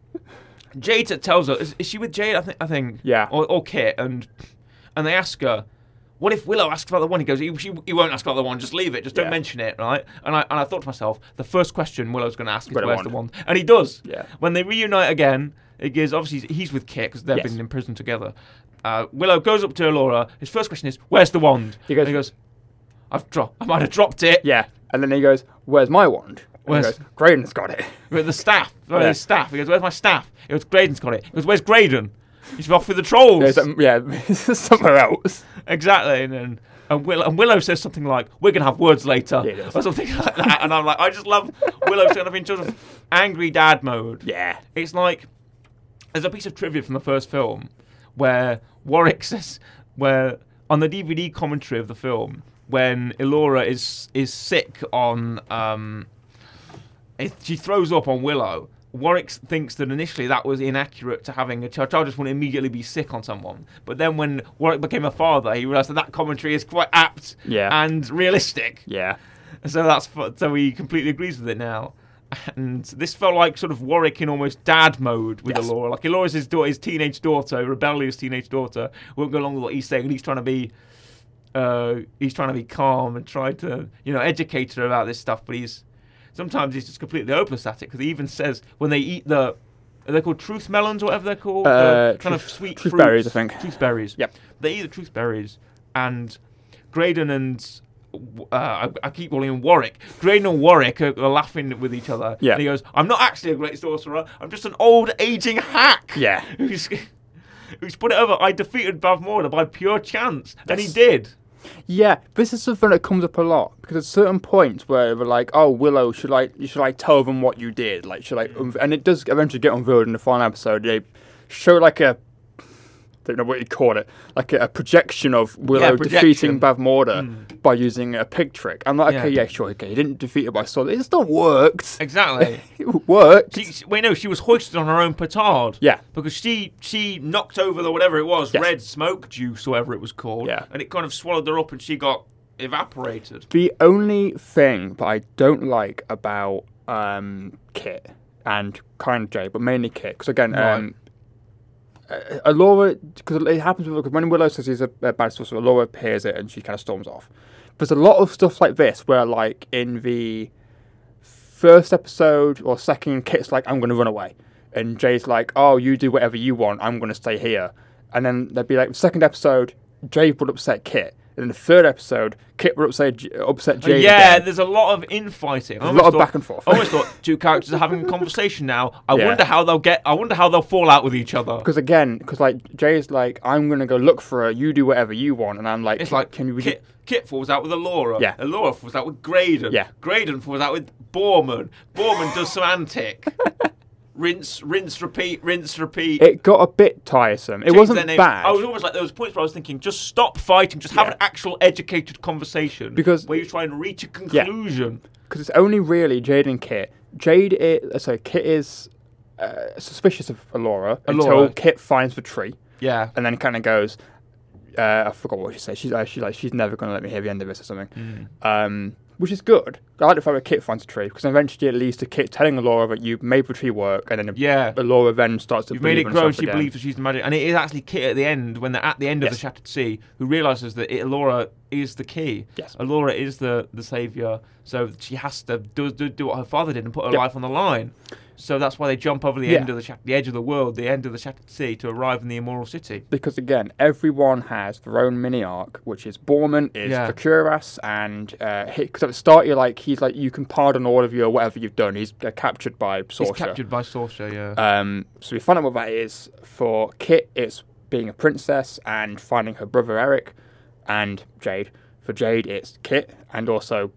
Jade tells her, is, is she with Jade? I think, I think, Yeah. or, or Kit, and and they ask her, "What if Willow asks about the one?" He goes, "He, she, he won't ask about the one. Just leave it. Just don't Yeah. mention it, right?" And I and I thought to myself, the first question Willow's going to ask is, Got a "Where's wand." the wand?" And he does. Yeah. When they reunite again, it gives obviously he's with Kit because they've Yes. been in prison together. Uh, Willow goes up to Laura. His first question is, "Where's the wand?" He goes- and he goes "I've dropped. I might have dropped it." Yeah. And then he goes, Where's my wand? And he Where's- goes, Graydon's got it. With the staff. Where's Yeah. his staff? He goes, Where's my staff? He goes, Graydon's got it. He goes, Where's Graydon? He's off with the trolls. Yeah, some- yeah, somewhere else. exactly. And, and, and, Willow, and Willow says something like, We're going to have words later. Yeah, he does. or something like that. And I'm like, I just love Willow kind of in sort of angry dad mode. Yeah. It's like there's a piece of trivia from the first film where Warwick says where on the DVD commentary of the film when Elora is is sick on um if she throws up on Willow. Warwick thinks that initially that was inaccurate to having a child. Child just wouldn't immediately be sick on someone. But then when Warwick became a father, he realised that that commentary is quite apt Yeah. and realistic. Yeah. So that's fu- so he completely agrees with it now. And this felt like sort of Warwick in almost dad mode with Yes. Elora. Like Elora's his daughter, his teenage daughter, rebellious teenage daughter, won't go along with what he's saying, and he's trying to be, uh, he's trying to be calm and try to you know educate her about this stuff. But he's sometimes he's just completely hopeless at it because he even says when they eat the. Are they called truth melons, or whatever they're called? Uh, the kind of truth- sweet truth fruits. berries, I think. Truth berries. Yep. They eat the truth berries, and Graydon and uh, I, I keep calling him Warwick. Graydon and Warwick are, are laughing with each other. Yeah. And he goes, "I'm not actually a great sorcerer. I'm just an old aging hack." Yeah. Who's, who's put it over? I defeated Bavmorda by pure chance, and he Yes. did. Yeah, this is something that comes up a lot because at certain points where we're like, "Oh, Willow, should I should I tell them what you did?" Like, should I? unv- And it does eventually get unveiled in the final episode. They show like a, don't know what you call it, like a, a projection of Willow projection. defeating Bavmorda by using a pig trick. I'm like, Yeah. okay, yeah, sure, okay, he didn't defeat it by sword. It still worked. Exactly. It worked. She, she, wait, no, she was hoisted on her own petard. Yeah. Because she she knocked over the whatever it was, Yes. red smoke juice, or whatever it was called. Yeah. And it kind of swallowed her up, and she got evaporated. The only thing that I don't like about um, Kit and kind of Jay, but mainly Kit, because again, um, uh, Alora, because it happens with because when Willow says he's a, a bad sorcerer, Alora hears it and she kind of storms off. There's a lot of stuff like this where, like in the first episode or second, Kit's like, "I'm going to run away," and Jay's like, "Oh, you do whatever you want. I'm going to stay here." And then there'd be like the second episode, Jay would upset Kit, and then the third episode, Kit would upset J- upset Jay. yeah, again. there's a lot of infighting. A lot of back and forth. I always thought two characters are having a conversation now. I Yeah. wonder how they'll get. I wonder how they'll fall out with each other. Because again, because like Jay's like, I'm gonna go look for her. You do whatever you want, and I'm like, It's like can you? would you- Kit, Kit falls out with Elora. Yeah. Elora falls out with Graydon. Yeah. Graydon falls out with Borman. Borman does some antic. rinse, rinse, repeat, rinse, repeat. It got a bit tiresome. It change wasn't their name. bad. I was almost like there was points where I was thinking, just stop fighting, just have Yeah. an actual educated conversation Because- where you try and reach a conclusion. because it's only really Jade and Kit. Jade is sorry, Kit is uh, suspicious of Alora, until Allura. Kit finds the tree, Yeah. and then kind of goes, uh, I forgot what she said. She's uh, she like she's never gonna let me hear the end of this or something. Mm. Um, which is good. I like the fact that Kit finds a tree because eventually it leads to Kit telling Alora that you made the tree work, and then Yeah. Alora then starts to You've believe made it in grow and herself she again. believes that she's the magic. And it is actually Kit at the end, when they're at the end of Yes. the Shattered Sea, who realises that it, Laura is the key. Yes. Allura is the, the saviour. So she has to do, do, do what her father did and put her Yep. life on the line. So that's why they jump over the Yeah. end of the, shat- the edge of the world, the end of the Shattered Sea, to arrive in the Immoral City. because again, everyone has their own mini arc, which is Borman is Yeah. yeah. and uh, because at the start you're like he's like you can pardon all of you or whatever you've done. He's uh, captured by He's Sorcerer. captured by Sorcerer, yeah. Um, so we find out what that is for Kit. It's being a princess and finding her brother Eric, and Jade. For Jade, it's Kit, and also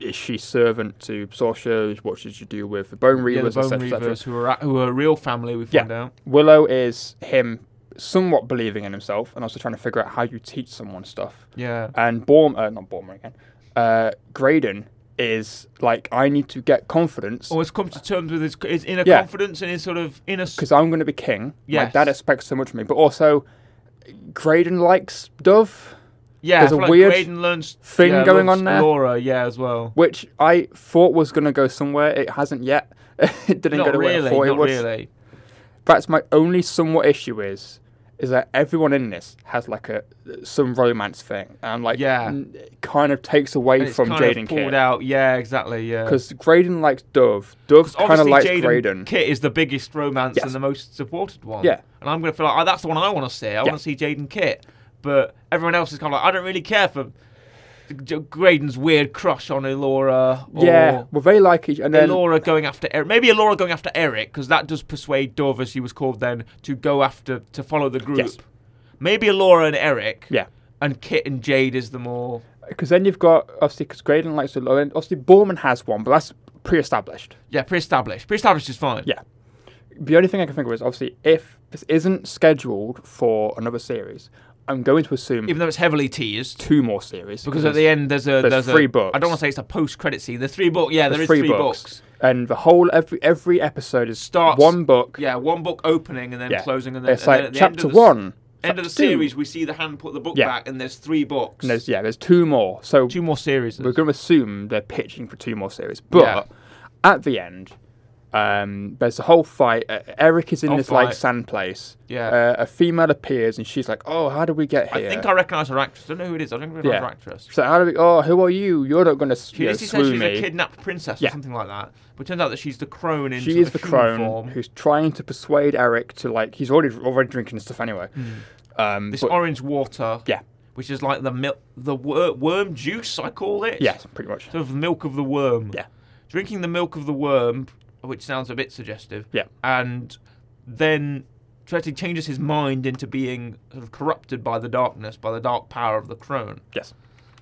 is she servant to Sorcerer? What should you do with the Bone yeah, the Reavers? Bone et cetera, et cetera. Reavers, who are, at, who are a real family, we Yeah. find out. Willow is him somewhat believing in himself and also trying to figure out how you teach someone stuff. Yeah. And Borm, uh, not Bormer again, uh, Graydon is like, I need to get confidence Always comes to terms with his, his inner Yeah. confidence and his sort of inner. s- because I'm going to be king. Yes. My dad expects so much from me. But also, Graydon likes Dove, Yeah, there's I a feel like weird Graydon learns thing yeah, going loves on there. Laura, yeah, as well. which I thought was going to go somewhere. It hasn't yet. it didn't Not go to where I really, thought it not would. really. That's my only somewhat issue is is that everyone in this has like a some romance thing, and like Yeah. n- it kind of takes away And it's from kind Jade of and pulled Kit out. Yeah, exactly. Yeah. because Graydon likes Dove. Dove's kind of Obviously, likes Jade Graydon. and Kit is the biggest romance Yes. and the most supported one. Yeah. And I'm going to feel like, oh, that's the one I want to see. I want to see Jade and Kit. But everyone else is kind of like, I don't really care for J- Graydon's weird crush on Elora. Or yeah, well, they like each, and then Elora going after Eric. Maybe Elora going after Eric, because that does persuade Dove, as she was called then, to go after, to follow the group. Yes. Maybe Elora and Eric. yeah, And Kit and Jade is the more. because then you've got obviously because Graydon likes to. and Obviously, Borman has one, but that's pre-established. Yeah, pre established. Pre established is fine. Yeah. The only thing I can think of is obviously if this isn't scheduled for another series, I'm going to assume Even though it's heavily teased. two more series Because at the end there's a there's there's, three a, books. I don't want to say it's a post credit scene. There's three books. Yeah, there's there is three, three, books. and the whole every every episode is Starts- one book. Yeah, one book opening and then Yeah. closing and then, It's and then like at the end chapter of the, s- one. End of the chapter two, series, we see the hand put the book Yeah. back, and there's three books. and there's yeah, there's two more. So two more series. we're going to assume they're pitching for two more series. But Yeah. at the end, um, there's a whole fight. Uh, Eric is in Whole this like fight. sand place. Yeah. Uh, a female appears and she's like, "Oh, how did we get I here?" think I recognise her actress. I don't know who it is. I don't recognise Yeah. her actress. She's like, "How do we? Oh, who are you? You're not going to She you know, she said swoon she's me." a kidnapped princess Yeah. or something like that. But it turns out that she's the crone in she sort is of the human crone form. who's trying to persuade Eric to like. He's already already drinking and stuff anyway. Um, Hmm. This but- orange water, yeah, which is like the milk, the wor- worm juice. I call it. yes, pretty much. Sort of milk of the worm. Yeah. Drinking the milk of the worm, which sounds a bit suggestive. Yeah. And then actually changes his mind into being sort of corrupted by the darkness, by the dark power of the crone. Yes,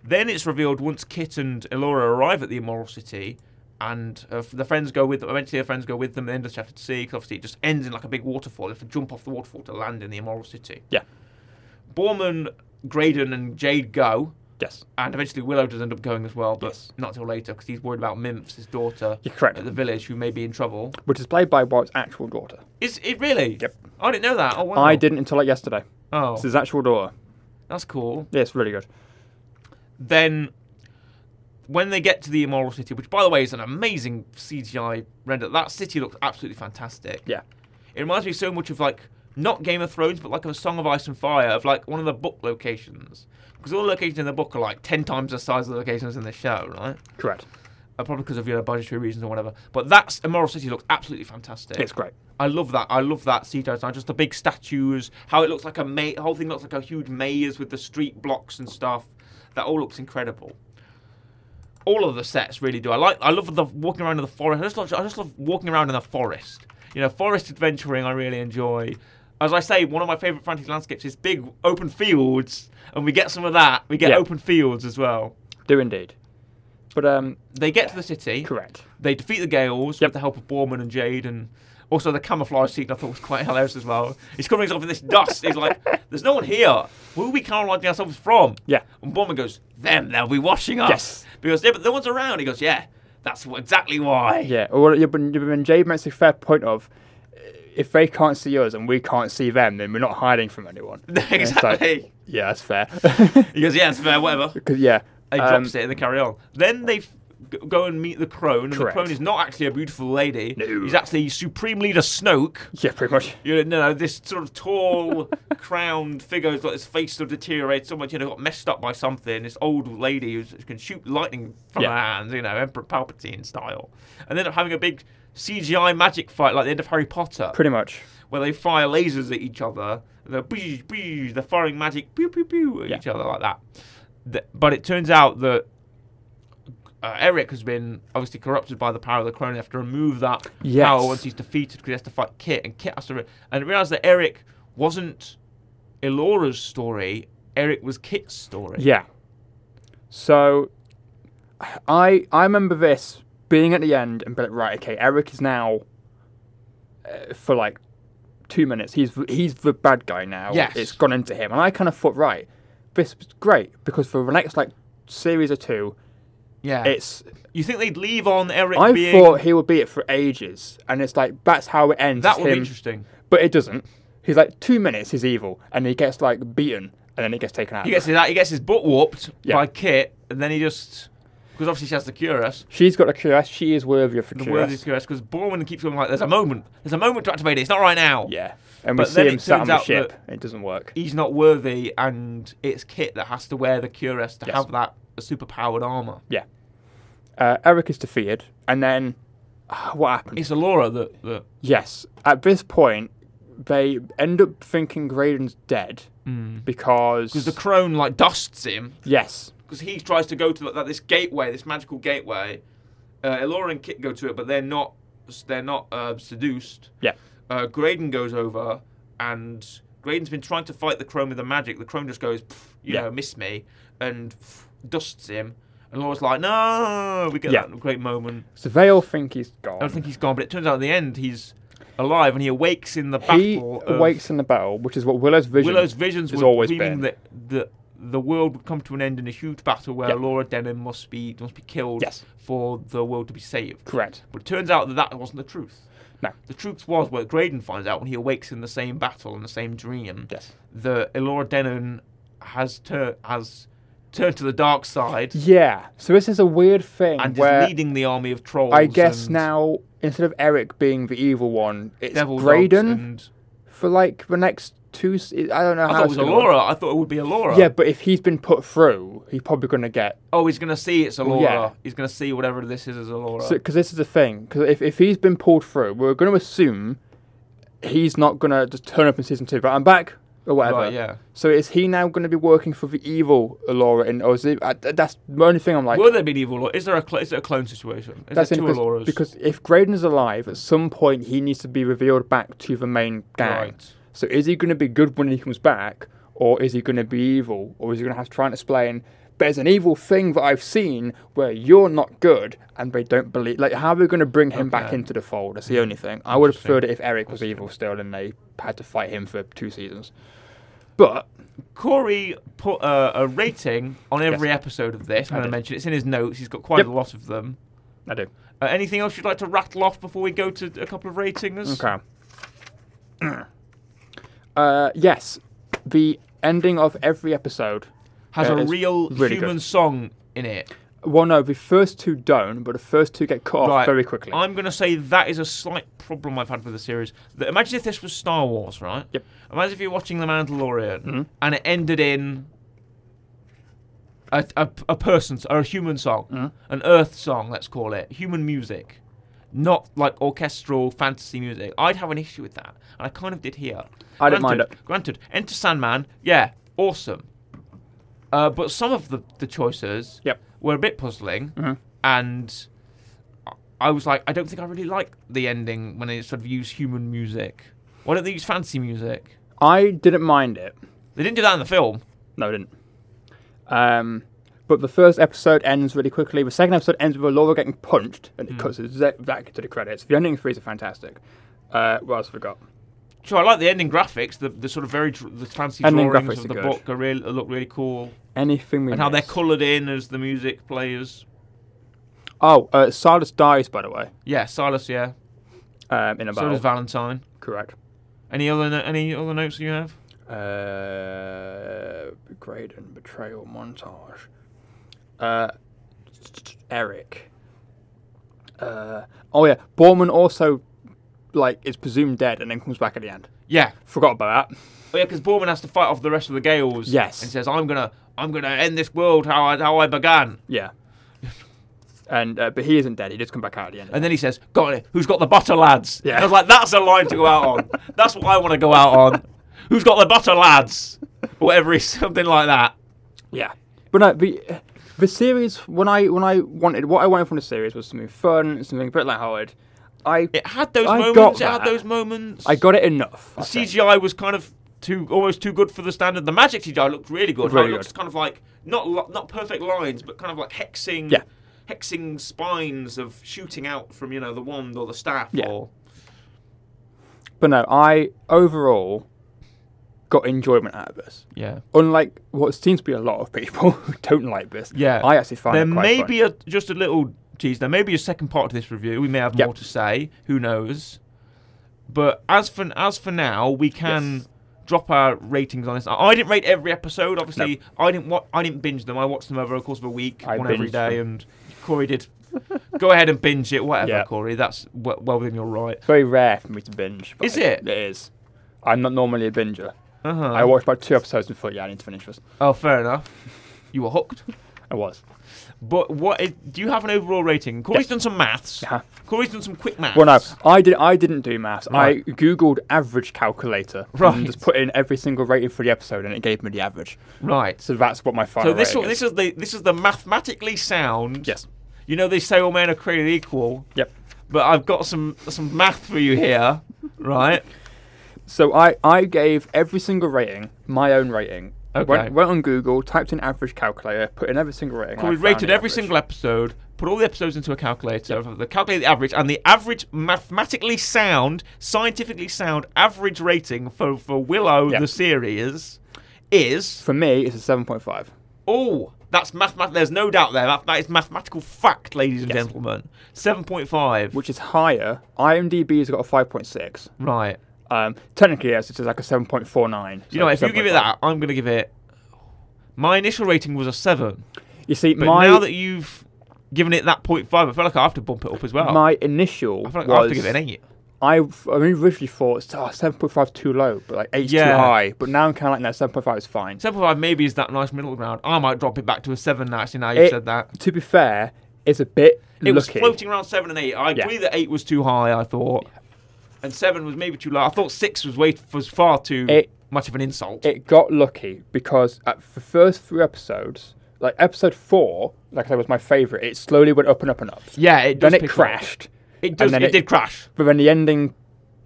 Then it's revealed once Kit and Elora arrive at the Immoral City, and uh, the friends go with them. Eventually, their friends go with them. The end of chapter C, because obviously it just ends in like a big waterfall. They have to jump off the waterfall to land in the Immoral City. Yeah. Borman, Graydon, and Jade go, yes, and eventually Willow does end up going as well, but Yes. not till later because he's worried about Mimps, his daughter, you're correct. at the village, who may be in trouble. Which is played by Warwick's actual daughter. Is it really? Yep. I didn't know that. Oh wow. I didn't until like yesterday. Oh, It's his actual daughter. that's cool. Yeah, it's really good. then when they get to the immoral city which by the way is an amazing cgi render that city looks absolutely fantastic Yeah. it reminds me so much of like not game of thrones but like of a song of ice and fire of like one of the book locations because all the locations in the book are like 10 times the size of the locations in the show right Correct. uh, probably because of you know budgetary reasons or whatever but that's immoral city looks absolutely fantastic It's great. I love that. I love that CGI design. Just the big statues, how it looks like a ma- the whole thing looks like a huge maze with the street blocks and stuff. That all looks incredible. All of the sets really do. I like. I love the walking around in the forest. I just love. I just love walking around in the forest. You know, forest adventuring. I really enjoy. As I say, one of my favourite fantasy landscapes is big open fields, and we get some of that. We get Yeah. open fields as well. Do indeed. But um, They get to the city. correct. They defeat the Gales with the help of Borman and Jade, and also the camouflage scene I thought was quite hilarious as well. He's covering himself in this dust. He's like, "There's no one here. Who are we camouflaging ourselves from?" Yeah. And Borman goes, "Them. They'll be watching us." Yes. Because yeah, but no one's around. He goes, "Yeah, that's wh- exactly why." Yeah. Well, yeah, but, but Jade makes a fair point of uh, if they can't see us and we can't see them, then we're not hiding from anyone. It's like, exactly. yeah, that's fair. He goes, "Yeah, it's fair. Whatever." 'Cause, yeah. They um, drops it and they carry on. Then they f- g- go and meet the crone, and Correct. the crone is not actually a beautiful lady. No. He's actually Supreme Leader Snoke. Yeah, pretty much. You know, this sort of tall, crowned figure who's got his face sort of deteriorated so much, you know, got messed up by something. This old lady who's- who can shoot lightning from Yeah. her hands, you know, Emperor Palpatine style. And they end up having a big CGI magic fight like the end of Harry Potter, Pretty much. where they fire lasers at each other. And they're, boosh, boosh, they're firing magic pew, pew, pew at Yeah. each other like that. Th- but it turns out that. Uh, Eric has been obviously corrupted by the power of the crone. They have to remove that Yes. power once he's defeated because he has to fight Kit, and Kit has to. Re- and realize that Eric wasn't Elora's story. Eric was Kit's story. Yeah. So, I I remember this being at the end and be like, right, okay, Eric is now uh, for like two minutes. He's he's the bad guy now. Yes. it's gone into him, and I kind of thought, right, this was great because for the next like series or two, yeah. it's you think they'd leave on Eric I being? thought he would be it for ages, and it's like that's how it ends. that would be him, interesting. but it doesn't. He's like two minutes, he's evil, and he gets like beaten, and then he gets taken out. He gets his he gets his butt whooped Yeah. by Kit, and then he just because obviously she has the curious. She's got a curious. She is worthy of the The word is curious curious. because Borman keeps going like, "There's a moment. There's a moment to activate it. It's not right now." Yeah. and we But see then him it sat on turns the out ship. It doesn't work. He's not worthy, and it's Kit that has to wear the cuirass to Yes. have that superpowered armor. Uh, Eric is defeated, and then ah, what happens? It's Alora that, that Yes, at this point, they end up thinking Graydon's dead because because Hmm. the crone like dusts him yes, because he tries to go to like, this gateway, this magical gateway. Uh, Elora and Kit go to it, but they're not they're not uh, seduced. yeah, Uh, Graydon goes over, and Graydon's been trying to fight the Chrome with the magic. The Chrome just goes, "Pff, you Yeah. know, miss me, and pff, dusts him. And Laura's like, no, we get Yeah. that great moment. so they all think he's I don't gone. think he's gone, but it turns out at the end he's alive, and he awakes in the He battle. of- awakes in the battle, which is what Willow's vision. uh, Willow's visions has were always dreaming been. that the the world would come to an end in a huge battle where Yeah. Laura Denham must be must be killed Yes. for the world to be saved. Correct. But it turns out that that wasn't the truth. No. The truth was what Graydon finds out when he awakes in the same battle and the same dream. Yes. That Elora Denon has tur- has turned to the dark side Yeah. So this is a weird thing and where is leading the army of trolls. I guess and now instead of Eric being the evil one, it's devil dogs Graydon And for like the next two. s- I don't know I how thought it it's was gonna work. Elora. I thought it would be Elora. Yeah, but if he's been put through, he's probably going to get Oh, he's gonna see it's Elora. Yeah. He's gonna see whatever this is as Elora. because this is the thing. Because if, if he's been pulled through, we're going to assume he's not going to just turn up in season two. But I'm back or whatever. Right, yeah. So is he now going to be working for the evil Alora? And or is it, I, that's the only thing I'm like. Will there be an evil Laura? Is there a cl- is there a clone situation? Is that's there two in- because, Aloras? because if Graydon's alive, at some point he needs to be revealed back to the main gang. Right. So is he going to be good when he comes back, or is he going to be evil, or is he going to have to try and explain? There's an evil thing that I've seen where you're not good, and they don't believe. Like, how are we going to bring him back Okay. Hmm. into the fold? That's the only thing. I would have preferred it if Eric was evil still, and they had to fight him for two seasons. But Corey put uh, a rating on every episode of this. I'm I going to did. mention it's in his notes. He's got quite Yep. a lot of them. I do. Uh, anything else you'd like to rattle off before we go to a couple of ratings? Okay. uh, yes, the ending of every episode. Has Uh, a it's real really human good. song in it. Well, no, the first two don't, but the first two get cut off Right. very quickly. I'm going to say that is a slight problem I've had with the series. That, imagine if this was Star Wars, right? Yep. Mm-hmm. Imagine if you're watching The Mandalorian and it ended in a, a, a person's or a human song, Mm-hmm. an Earth song, let's call it, human music, not like orchestral fantasy music. I'd have an issue with that, and I kind of did here. I didn't mind Granted- Granted, Enter Sandman, yeah, awesome. Uh, but some of the, the choices Yep. were a bit puzzling, Uh-huh. and I- I was like, I don't think I really like the ending when they sort of use human music. Why don't they use fancy music? I didn't mind it. They didn't do that in the film. No, I didn't. Um, but the first episode ends really quickly. The second episode ends with Laura getting punched, and Hmm. it cuts it back to the credits. The ending threes are fantastic. Uh, what else have we got? Sure, I like the ending graphics. The, the sort of very dr- the fancy Ending drawings of graphics are the good. book are really, look really cool, Anything we and how they're missed? coloured in as the music plays. Oh, uh, Silas dies, by the way, Yeah, Silas. Yeah, um, in a so battle. does Valentine. Correct. Any other no- any other notes you have? Uh, Graydon betrayal montage. Uh, Eric. Uh, oh yeah, Borman also like is presumed dead and then comes back at the end. Yeah, Forgot about that. Oh, yeah, because Borman has to fight off the rest of the Gales. Yes. and says, "I'm gonna, I'm gonna end this world how I, how I began." Yeah. And uh, but he isn't dead. He does come back out at the end. And then he says, "Got it? Who's got the butter, lads?" Yeah. And I was like, "That's a line to go out on. That's what I want to go out on. Who's got the butter, lads?" Whatever is something like that. Yeah. But no, the the series when I when I wanted what I wanted from the series was something fun, something a bit lighthearted. I It had those I moments. got It had that. those moments. I got it enough. I think. CGI was kind of too almost too good for the standard. The magic CGI looked really good. How Really it looks good. kind of like not lo- not perfect lines, but kind of like hexing Yeah. hexing spines of shooting out from you know the wand or the staff. Yeah. Or, But no, I overall got enjoyment out of this. yeah. Unlike what seems to be a lot of people who don't like this, Yeah. I actually find there it quite may fun. be a, just a little geez there may be a second part to this review we may have Yep. more to say who knows but as for as for now we can Yes. drop our ratings on this I, I didn't rate every episode obviously i didn't wa- i didn't binge them i watched them over the course of a week I one every binged day them. and corey did go ahead and binge it whatever Yeah. corey that's w- well within your right It's very rare for me to binge. but Is I- it? It is. I'm not normally a binger. Uh-huh. I watched about two episodes and thought, yeah, I need to finish this. oh, fair enough. You were hooked. I was. But what i- do you have an overall rating? Corey's Yeah. done some maths. Yeah. Corey's done some quick maths. Well, no, I did. I didn't do maths. Right. I googled average calculator Right. and just put in every single rating for the episode, and it gave me the average. Right. So, So that's what my final. this rating one, is. this is the this is the mathematically sound. yes. You know they say all men are created equal, Yep. but I've got some some math for you here, right? So I, I gave every single rating my own rating. Okay. Went, went on Google, typed in average calculator, put in every single rating. So and I we found rated the every average. single episode, put all the episodes into a calculator, the calculate the average, and the average mathematically sound, scientifically sound average rating for for Willow Yeah. the series is For me, it's a seven point five. oh that's mathemat. There's no doubt there. That, that is mathematical fact, ladies and Yes. gentlemen. Seven point five. which is higher. IMDb's got a 5.6. Right. Um, technically, yes, it's like a 7.49. You so know, if you give it 7.5. that, I'm going to give it. My initial rating was a seven, you see, but my now that you've given it that point five, I feel like I have to bump it up as well. my initial I feel like I have was to give it an eight. I, f- I originally thought it's, oh, 7.5 too low, but like eight's Yeah. too high. But now I'm kind of like no, 7.5 is fine. Seven point five maybe is that nice middle ground. I might drop it back to a seven now. Actually, now you've It- said that. To be fair, it's a bit It was lucky. floating around seven and eight. I Yeah. agree that eight was too high. I thought, and seven was maybe too low. I thought six was way was far too It- much of an insult. It got lucky because at the first three episodes, like episode four, like I said, was my favorite. It slowly went up and up and up. yeah, it does then it pick up. crashed. It does. then It, it- did crash. But then the ending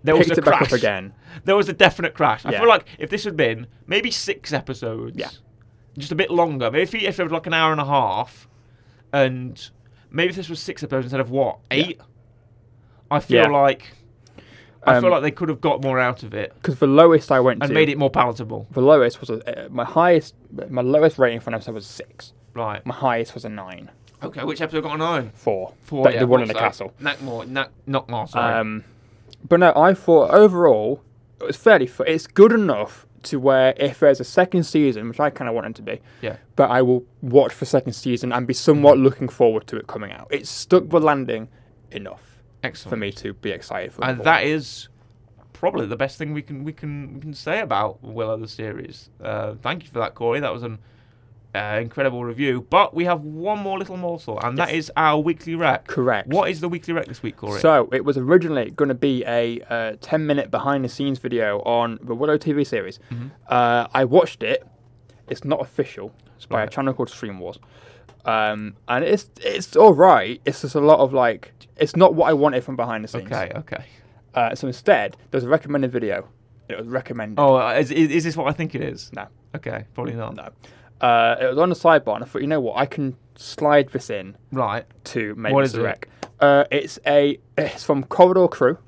There was picked a it crash back up again. There was a definite crash. I Yeah. feel like if this had been maybe six episodes, Yeah. just a bit longer. Maybe if, it- if it was like an hour and a half, and maybe if this was six episodes instead of what eight, I feel Yeah. like I feel Um, like they could have got more out of it Because the lowest I went and to, made it more palatable. the lowest was a, uh, my highest. My lowest rating for an episode was a six. Right. My highest was a nine, Okay. Which episode got a nine? four. Four. Like yeah, the one in the also. castle. Knackmore. Knack, not more. Sorry. Um, but no, I thought overall it was fairly. Fu- it's good enough to where if there's a second season, which I kind of want it to be, yeah. but I will watch the second season and be somewhat looking forward to it coming out. It stuck the landing enough Excellent. for me to be excited for. and more. that is probably the best thing we can we can we can say about Willow the series. Uh, thank you for that, Corey. That was an uh, incredible review. But we have one more little morsel, and that is our weekly rec. Correct. What is the weekly rec this week, Corey? So it was originally going to be a uh, 10 minute behind the scenes video on the Willow TV series. Uh, I watched it. It's not official. It's by a channel called Stream Wars. Um, and it's it's all right. It's just a lot of like it's not what I wanted from behind the scenes. okay, okay. Uh, so instead, there's a recommended video. It was recommended. Oh, uh, is, is is this what I think it is? No, Okay, probably not. no. Uh, it was on the sidebar, and I thought, you know what? I can slide this in Right. to make What this is a it? rec. Uh, it's a it's from Corridor Crew.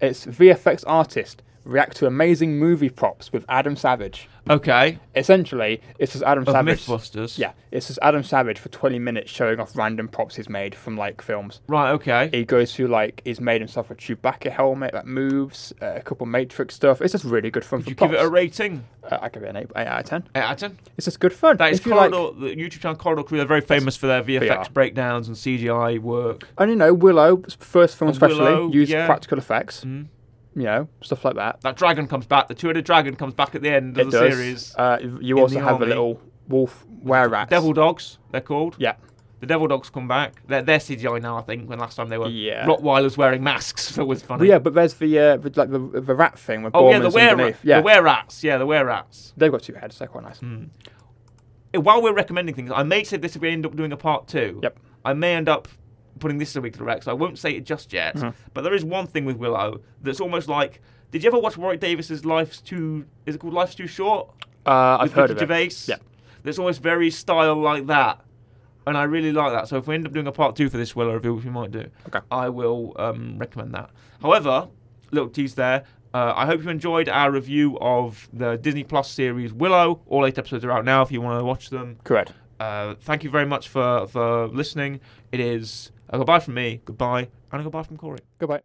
It's VFX artist react to amazing movie props with Adam Savage. Okay. Essentially, it's just Adam Of Savage. Mythbusters. Yeah, it's just Adam Savage for 20 minutes showing off random props he's made from like films. Right. Okay. He goes through like he's made himself a Chewbacca helmet that moves, uh, a couple Matrix stuff. It's just really good fun. for you give props. it a rating Uh, I give it an eight, eight out of ten. eight out of ten. It's just good fun. That is Uh, If you like- Corridor, the YouTube channel Corridor Crew. They're very famous for their VFX are. breakdowns and CGI work. And you know, Willow, first film especially, Willow, used yeah. Mm-hmm. practical effects. You know, stuff like that. That dragon comes back. The two-headed dragon comes back at the end of it the does. series. Uh, you in also the have army. a little wolf were rat. Devil dogs, they're called. Yeah. The devil dogs come back. They're, they're CGI now, I think. When last time they were Yeah. Rottweilers wearing masks, that was But funny. yeah, but there's the, uh, the like the, the rat thing with Oh yeah, the Borman's were underneath. Yeah, the were Mm. rats. Yeah, the were rats. they've got two heads. They're quite nice. While we're recommending things, I may say this if we end up doing a part two. Yep. I may end up putting this as a weekly rec, so I won't say it just yet. Mm-hmm. But there is one thing with Willow that's almost like. Did you ever watch Warwick Davis's Life's Too? Is it called Life's Too Short? Uh, I've with heard Ricky of Gervais. it. Yeah. There's almost very style like that. And I really like that. So if we end up doing a part two for this Willow review, which we might do, Okay. I will um, recommend that. However, little tease there. Uh, I hope you enjoyed our review of the Disney Plus series Willow. All eight episodes are out now if you want to watch them. Correct. Uh, thank you very much for, for listening. It is a goodbye from me, goodbye, and a goodbye from Corey. Goodbye.